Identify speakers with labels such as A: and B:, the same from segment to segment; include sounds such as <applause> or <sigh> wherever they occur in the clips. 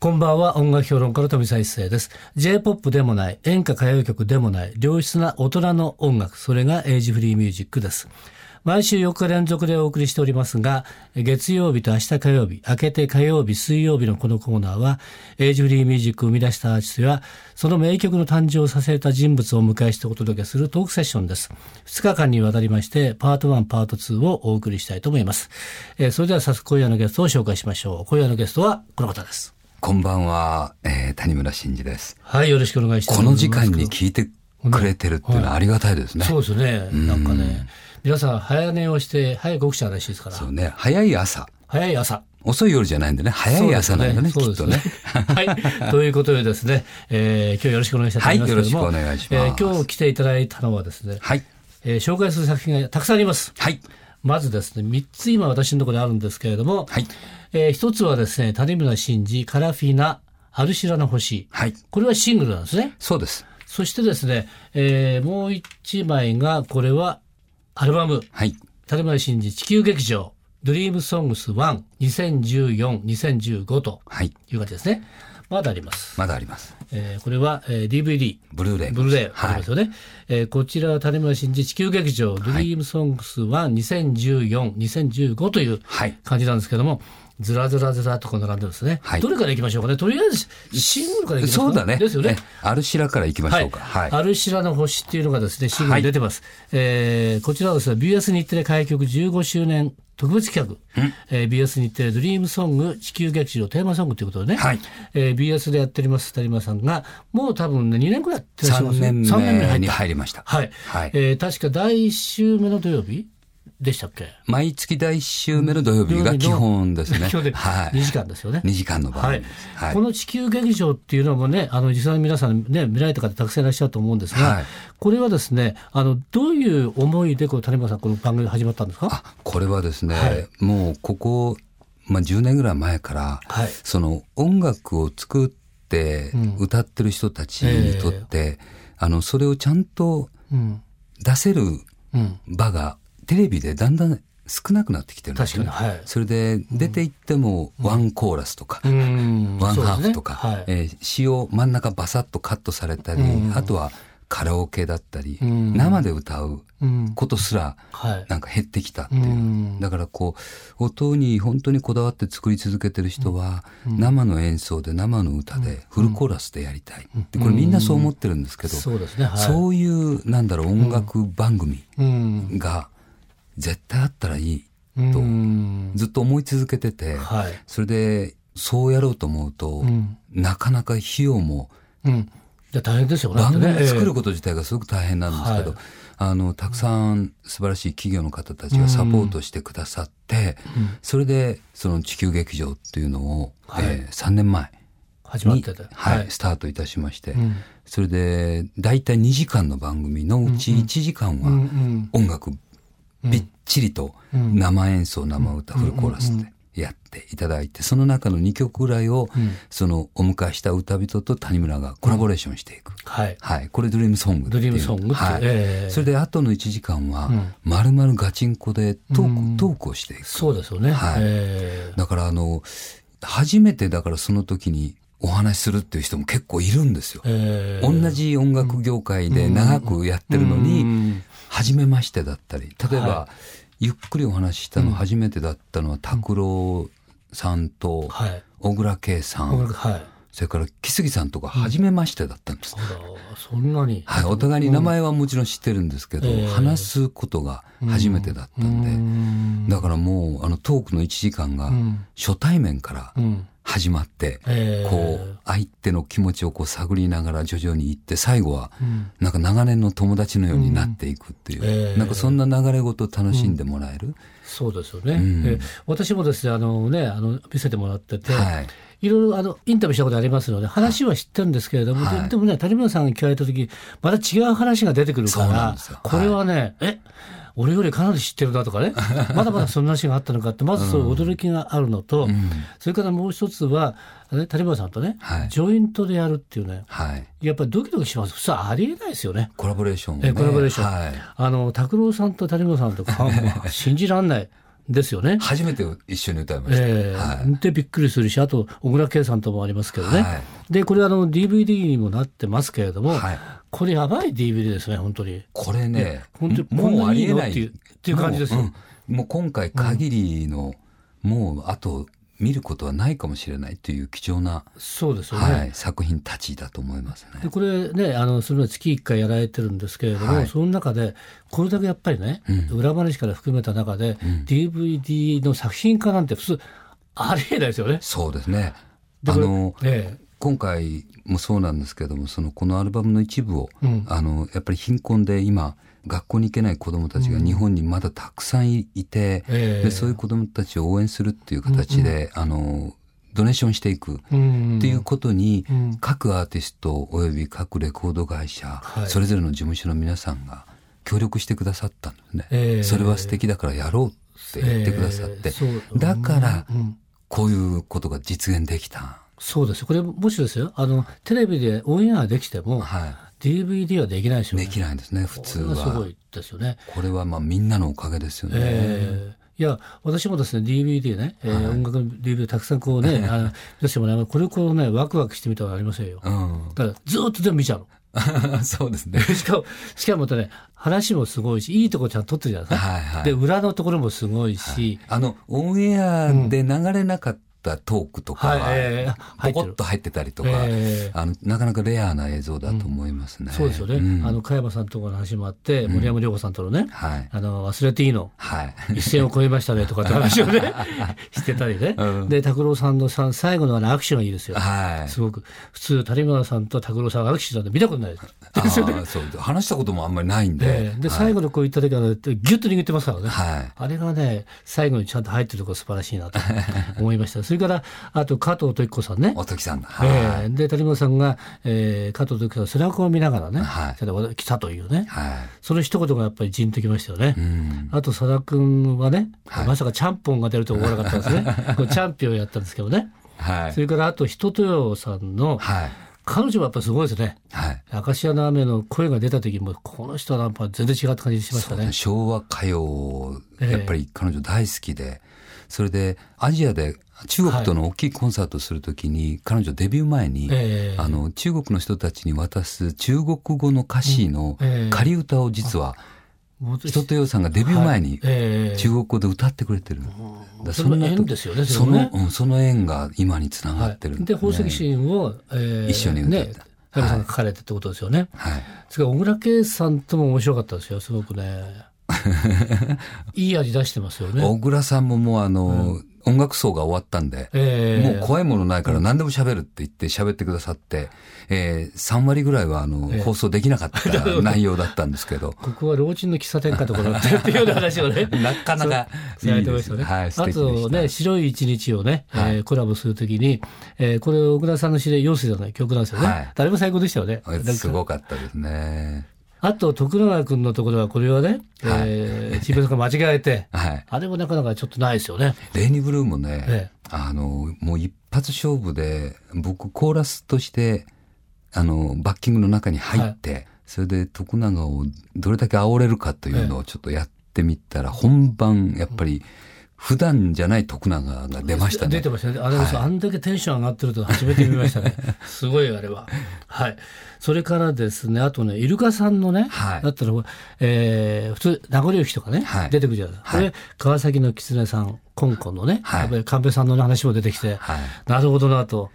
A: こんばんは、音楽評論家の富澤一世です。J-POP でもない、演歌歌謡曲でもない、良質な大人の音楽、それがエイジフリーミュージックです。毎週4日連続でお送りしておりますが、月曜日と明日火曜日、明けて火曜日、水曜日のこのコーナーは、エイジフリーミュージックを生み出したアーティストや、その名曲の誕生をさせた人物をお迎えしてお届けするトークセッションです。2日間にわたりまして、パート1、パート2をお送りしたいと思います。えーそれでは早速今夜のゲストを紹介しましょう。今夜のゲストはこの方です。
B: こんばんは、えー谷村新司です。
A: はい、よろしくお願いします。
B: この時間に聞いてくれてるっていうのはありがたいですね。
A: そうですね。なんかね、皆さん早寝をして、早く起きちゃうらしいですから
B: そ、うね。早い朝。
A: 早い朝。
B: 遅い夜じゃないんでね。早い朝なんだね、き
A: そう
B: っ
A: です
B: とね。 <laughs>
A: はい。ということでですね、えー今日よろしくお願いしたいと思いますけれども、
B: はいよろしくお願いします
A: えー今日来ていただいたのはですね、
B: はい。
A: えー紹介する作品がたくさんあります。
B: はい。
A: まずですね、3つ今私のところにあるんですけれども、
B: はい。
A: え1つはですね、谷村新司、カラフィナ、春白の星。
B: はい。
A: これはシングルなんですね。
B: そうです。
A: そしてですね、えーもう一枚が、これは、アルバム、
B: はい。
A: 谷村新司地球劇場、ドリームソングス1、2014、2015と
B: はい。
A: いう感じですね。まだあります。
B: まだあります。
A: えーこれは、えー DVD、
B: ブルーレイ。
A: ブルーレイあり
B: は
A: ま
B: い
A: す。よね。えーこちらは谷村新司地球劇場、ドリームソングス1、2014、2015という
B: はい。
A: 感じなんですけども、ずらずらずらっとこう並んでますね。
B: はい
A: どれからいきましょうかね。とりあえず、シングルからいきましょ
B: そう
A: か
B: うだね。
A: ですよね
B: え。アルシラから行きましょうか。はい。
A: アルシラの星っていうのがですね、シングルに出てます。えーこちらはですね、BS 日テレ開局15周年特別企画、えー BS 日テレドリームソング地球劇場テーマソングということでね、
B: はい
A: えー BS でやっております、谷村さんが、もう多分ね、2年くらいやってらっしゃいま
B: 3
A: すね
B: 年
A: 三に
B: 目
A: 入っ
B: に
A: た。
B: 入りました。
A: はい。
B: はい
A: えー確か第1週目の土曜日でしたっけ
B: 毎月第1週目の土曜日が基本ですね。
A: <laughs> 今日で
B: は
A: 2
B: い。
A: 時間ですよね。
B: 2時間の番
A: はい
B: 組です。はい
A: こ。の地球劇場っていうのもね、あの実際に皆さん、ね、見られた方、たくさんいらっしゃると思うんですが、
B: はい
A: これはですねあの、どういう思いでこう谷村さん、この番組始まったんですか、
B: あこれはですね、
A: はい
B: もうここ、まあ、10年ぐらい前から、
A: はい
B: その音楽を作って歌ってる人たちにとって、あのそれをちゃんと
A: うん
B: 出せる
A: うん、
B: 場がテレビでだんだん少なくなってきてるんで
A: 確
B: す
A: か
B: よ
A: に、
B: ね。
A: はい。
B: それで出て行ってもワンコーラスとか、
A: うん
B: ワンハー
A: そ
B: フと
A: うで
B: か、
A: すねはい
B: えー詞を真ん中バサッとカットされたり、あとはカラオケだったり、
A: うん
B: 生で歌う
A: うん
B: ことすら
A: はい
B: なんか減ってきたっていう
A: うん
B: だからこう音に本当にこだわって作り続けてる人は、生の演奏で生の歌でフルコーラスでやりたい、でこれみんなそう思ってるんですけど、
A: そうですね、はい、
B: そういうなんだろう音楽番組
A: うん
B: が絶対あったらいい、
A: うん
B: ずっと思い続けてて、
A: はい
B: それでそうやろうと思うと、
A: ん
B: なかなか費用も
A: うん、じゃあ大変ですよね、
B: 番組
A: だってね
B: を作ること自体がすごく大変なんですけど、
A: は
B: あのたくさん素晴らしい企業の方たちがサポートしてくださって、それでその地球劇場っていうのを、
A: はい
B: えー3年前
A: 始まっ
B: に
A: てて、
B: はいスタートいたしまして、それで大体2時間の番組のうち1時間
A: うんう
B: は
A: ん
B: 音楽びっちりと生演奏生歌フルコーラスで。やっていただいてその中の2曲ぐらいを、そのお迎えした歌人と谷村がコラボレーションしていく、
A: はい、
B: はい、これドリームソングっていう
A: ドリームソングっていう
B: はい
A: ええ
B: それで後の1時間はまるまるガチンコでトーク,、トークをしていく
A: そうですよね、
B: はい
A: え
B: だからあの初めてだからその時にお話しするっていう人も結構いるんですよ、
A: ーえー
B: 同じ音楽業界で長くやってるのに、初めましてだったり例えば、
A: は
B: ゆっくりお話ししたの初めてだったのは拓郎さんと
A: はい
B: 小倉圭さん、
A: はい
B: それから木杉さんとか初めましてだったんです、
A: あらそんなに
B: はい、お互いに名前はもちろん知ってるんですけど、
A: ええ
B: 話すことが初めてだったんで、だからもうあのトークの1時間が初対面から
A: うん
B: 始まって、
A: えー
B: こう相手の気持ちをこう探りながら徐々に行って最後はなんか長年の友達のようになっていくっていう、
A: ええ
B: なんかそんな流れごと楽しんでもらえる、
A: そうですよね、
B: ん
A: えー私もですねあのねあの見せてもらってて、
B: はいい、
A: ろいろあのインタビューしたことありますので話は知ってるんですけれども、
B: はい
A: ででもね谷村さんが聞かれた時また違う話が出てくるか
B: そうなん
A: ら
B: ですよ
A: これはね、え俺よりかなり知ってるなと
B: <laughs>
A: かねまだまだそんな話があったのかってまずそういう驚きがあるのと、それからもう一つは、ね、谷村さんとね、
B: はい
A: ジョイントでやるっていうね
B: はい、
A: やっぱりドキドキします普通ありえないですよね。
B: コラボレーションを、
A: え
B: ね、
A: コラボレーション、
B: はい
A: あの拓郎さんと谷村さんとかもう信じらんないですよね。
B: 初めて一緒に歌いました。
A: ええ
B: はい
A: でびっくりするしあと小倉圭さんともありますけどね、
B: はい
A: でこれあの DVD にもなってますけれども、
B: はい
A: これやばい DVD ですね本当に
B: これね、
A: 本当にこん
B: もう
A: な
B: あ
A: にいい
B: りえ
A: の
B: な
A: っ
B: い。
A: ていうっていう感じですよ
B: もう,、うんもう今回限りの、もうあと見ることはないかもしれないという貴重な、
A: そうですよね、
B: はい、作品たちだと思います
A: で
B: ね。
A: これねあのそれは月1回やられてるんですけれども、
B: はい
A: その中でこれだけやっぱりね、裏話から含めた中で、DVD の作品化なんて普通ありえないですよね。
B: そうですね。
A: で
B: あ
A: これ
B: の、
A: ええ
B: 今回もそうなんですけどもそのこのアルバムの一部を、あのやっぱり貧困で今学校に行けない子どもたちが日本にまだたくさんいいて、
A: ええ
B: でそういう子どもたちを応援するっていう形で、あのドネーションしていく
A: うん
B: っていうことに、
A: ん
B: 各アーティストおよび各レコード会社、
A: はい
B: それぞれの事務所の皆さんが協力してくださったんですね、
A: ええ
B: それは素敵だからやろうって言ってくださって、
A: ええそう
B: だから、
A: うん
B: こういうことが実現できた。
A: そうですよこれもしですよあのテレビでオンエアできても、
B: はい
A: DVD はできないですよね。
B: できないんですね普通
A: これがすご
B: はい
A: ですよね。
B: これはまあみんなのおかげですよね、
A: ええいや私もですね DVD ね、えー音楽の DVD たくさんこう
B: <laughs>
A: ねあの出してもらいますこれをこうねワクワクしてみたことありませんよ。だからずーっと全部見
B: <laughs>
A: ちゃう
B: うんそうですね
A: の。しかもしかもまたね話もすごいしいいとこちゃんと撮ってるじゃないですか。
B: はいはい
A: で裏のところもすごいし、
B: あのオンエアで流れなかったトークとかは、
A: はいええ入ってる
B: ポコッと入ってたりとか、
A: ええ
B: あのなかなかレアな映像だと思いますね、
A: そうですよね、
B: ん
A: あの加山さんとこの話もあって、森山良子さんとのね、
B: はい
A: あの忘れていい
B: <laughs>
A: の <laughs>
B: はい
A: 一線を越えましたねとかって話を
B: <laughs>
A: ねしてたりね、で拓郎さんのさ最後のあの握手がいいですよ。
B: はい
A: すごく普通谷村さんと拓郎さんが握手したんて見たことないです。
B: あーそう話したこともあんまりないんで
A: え、えで最後のこういった時はねギュッと握ってますからね。
B: はい
A: あれがね最後にちゃんと入ってるところ素晴らしいな
B: <laughs>
A: と思いました。それからあと加藤時子さんね。
B: おときさんだ、はい
A: ええで谷村さんが、えー加藤時子さんの背中を見ながらね、
B: はい
A: ただ来たというね。
B: はい
A: その一言がやっぱりじんときましたよね。
B: うん
A: あと、佐田君はね、まさかチャンポンが出ると思わなかったんです
B: <laughs>
A: ね。これチャンピオンやったんですけどね。
B: はい
A: それから、あと、人とよさんの、
B: はい
A: 彼女はやっぱりすごいですね。
B: はい
A: アカシアの雨の声が出た時も、この人はやっぱ全然違った感じしましたね。
B: 昭和歌謡を
A: ええ
B: やっぱり彼女大好きで、それでアジアで中国との大きいコンサートをするときに、彼女デビュー前に、
A: ええ
B: あの中国の人たちに渡す中国語の歌詞の
A: ええ
B: 仮歌を実は
A: もう
B: 人とよさんがデビュー前に
A: ええ
B: 中国語で歌ってくれてる、だから
A: それも
B: なと
A: 縁ですよね、
B: そ
A: れもね
B: の、うんその縁が今につながってるん
A: で、
B: ですね
A: 宝石神を、ええ
B: 一緒に歌った
A: ね、谷村さんが書かれてってことですよね。
B: はい、
A: それから、小倉圭さんとも面白かったですよ、すごく
B: <laughs>
A: ね。いい味出してますよね。
B: 小倉さんももうあの、音楽葬が終わったんで、
A: ええ、
B: もう怖いものないから何でも喋るって言って喋ってくださって、えー3割ぐらいはあの、放送できなかった内容だったんですけど
A: <laughs> ここは老人の喫茶店かところだってっていうような話をね。
B: なかなか
A: さ
B: い
A: れ
B: い
A: て
B: で
A: ました
B: す
A: ね。
B: ね。はい、素
A: あ
B: 敵でし
A: と
B: た。
A: ね、白い一日をね、えーコラボするときに、えーこれ、小倉さんの知り合い、陽水さんの曲なんですよね。
B: はい
A: 誰も最高でしたよね。なんか
B: すごかったですね。
A: あと、徳永君のところは、これはね、えー、チームさんが間違えて、
B: はい。
A: あれもなかなかちょっとないですよね。
B: レイニーブルーもね、
A: ええ
B: あの、もう一発勝負で、僕コーラスとして、あの、バッキングの中に入って、それで徳永をどれだけ煽れるかというのをちょっとやってみたら、本番、やっぱり、普段じゃない徳永が出ましたね。
A: 出てましたね。あれもそう、あんだけテンション上がってると初めて見ま
B: <laughs>
A: したね。すごい、あれは。はい。それからですね、あとね、イルカさんのね、
B: はい
A: だったら、えー普通、名残雪とかね、
B: はい
A: 出てくるじゃないですか。
B: はい
A: で、川崎の狐さん、コンコンのね、
B: はい
A: やっぱり寛平さんの話も出てきて、
B: はい
A: なるほどなと、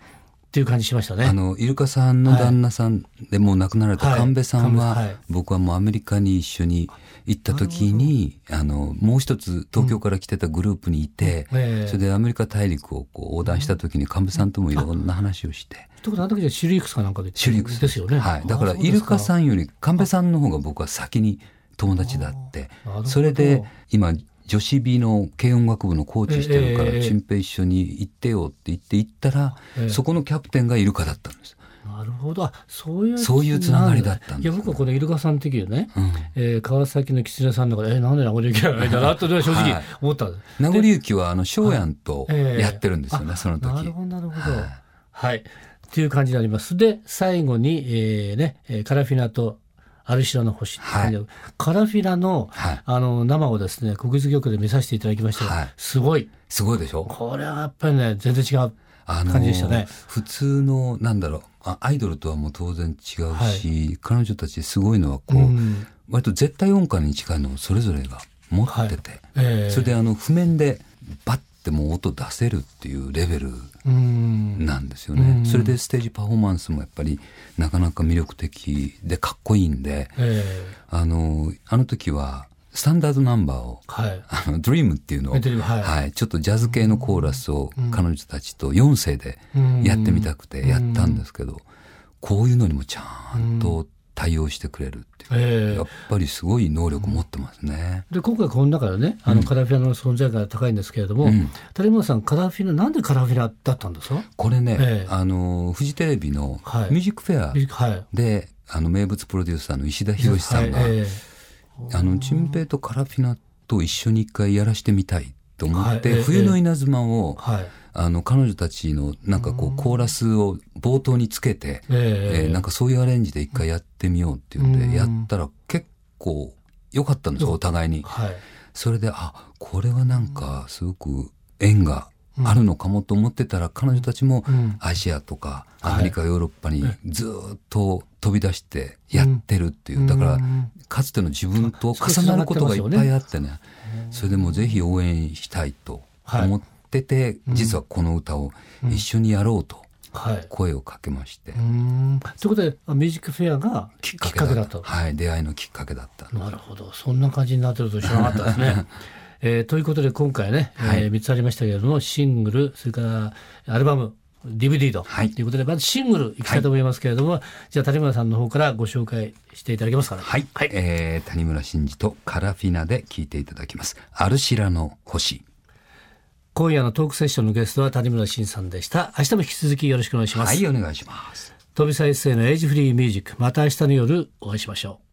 A: っていう感じしましたね。
B: あのイルカさんの旦那さんでもう亡くなられた
A: はい
B: 神戸さ
A: 神
B: んは、
A: 戸さんはい
B: 僕はもうアメリカに一緒に行った時にあのもう一つ東京から来てたグループにいて、
A: うんええ
B: それでアメリカ大陸をこう横断した時に神戸さんともいろんな話をして。
A: ということは、あの時はシルイクスかなんかで
B: シュリンクス
A: ですよね。
B: はい、だか
A: あ
B: ら
A: そうで
B: イ
A: す
B: ルカさんより神戸さんの方が僕は先に友達だって
A: あーなるほど
B: それで今女子美の軽音楽部のコーチしてるか
A: えええ
B: ら
A: え
B: 「チンペイ一緒に行ってよ」って言って行ったら、
A: ええ
B: そこのキャプテンがイルカだったんです。
A: なるほど。あ、そういう。
B: そういうつながりだったんですね
A: いや、僕はこのイルカさん的にね、えー川崎の狐さんだから、えーなんで名残雪がないんだな、とね正直
B: はい
A: 思ったんです。
B: 名残雪はあの翔やんと
A: えー
B: やってるんですよね、
A: あ
B: その
A: なる
B: 時
A: ほど、なるほど。はい。という感じになります。で、最後に、えーね、えーカラフィナとアルシロの星っていう
B: は
A: カラフィラの,、
B: はい
A: あの生をですね国立局で見させていただきましたが、
B: はい
A: すごい
B: すごいでしょ
A: これはやっぱりね全然違う
B: あの
A: 感じでしたね
B: 普通のなんだろうあアイドルとはもう当然違うし、彼女たちすごいのはこう、
A: うん
B: 割と絶対音感に近いのをそれぞれが持ってて、
A: ええ
B: それであの譜面でバッてもう音出せるっていうレベル
A: うん
B: なんですよね、それでステージパフォーマンスもやっぱりなかなか魅力的でかっこいいんで
A: え
B: あのあの時はスタンダードナンバーを
A: えはい
B: あの、ドリームっていうのを、
A: ドリームはい
B: ちょっとジャズ系のコーラスを彼女たちと4世でやってみたくてやったんですけど、こういうのにもちゃんと対応してくれるっていう。
A: ええ
B: やっぱりすごい能力持ってますね。
A: で今回この中でねあのカラフィラの存在感が高いんですけれども、
B: うん
A: 谷本さんカラフィラなんでカラフィラだったんですか
B: これね、
A: ええ
B: あの、フジテレビの
A: はい
B: ミュージックフェア
A: はい
B: で、あの、名物プロデューサーの石田博さんが、
A: はいえ
B: あの、チンペイとカラフィナと一緒に一回やらしてみたいと思って、
A: はいええ
B: 冬の稲妻を
A: え、はい
B: あの、彼女たちの、なんかこう、コーラスを冒頭につけて、
A: え
B: えーなんかそういうアレンジで一回やってみようっていうん
A: うん
B: で、やったら結構良かったんですよ、お互いに。
A: はい
B: それで、あ、これはなんか、すごく縁があるのかもと思ってたら、彼女たちも
A: うん
B: アジアとか、
A: はい
B: アメリカ、ヨーロッパにずーっと飛び出してやってるっていう。だか
A: う
B: ら、
A: ん
B: かつての自分と重なることがいっぱいあってねそれでもうぜひ応援したいと思ってて、実はこの歌を一緒にやろうと
A: はい
B: 声をかけまして、
A: うーんということであミュージックフェアがきっかけだった
B: はい、出会いのきっかけだった、
A: なるほどそんな感じになってると知らなかったです
B: <laughs>
A: ね。えーということで今回ね、
B: は
A: え
B: い
A: 3つありましたけれどもシングルそれからアルバム DVD と
B: はい
A: いうことで、まずシングルいきたいと思いますけれども、じゃあ谷村さんの方からご紹介していただけますかね。
B: はい、えー谷村新司とカラフィナで聴いていただきます「アルシラの星
A: 今夜のトークセッションのゲストは谷村新さんでした。明日も引き続きよろしくお願い」します。
B: はいお願いします
A: 飛び再生のエイジフリーミュージックまた明日の夜お会いしましょう。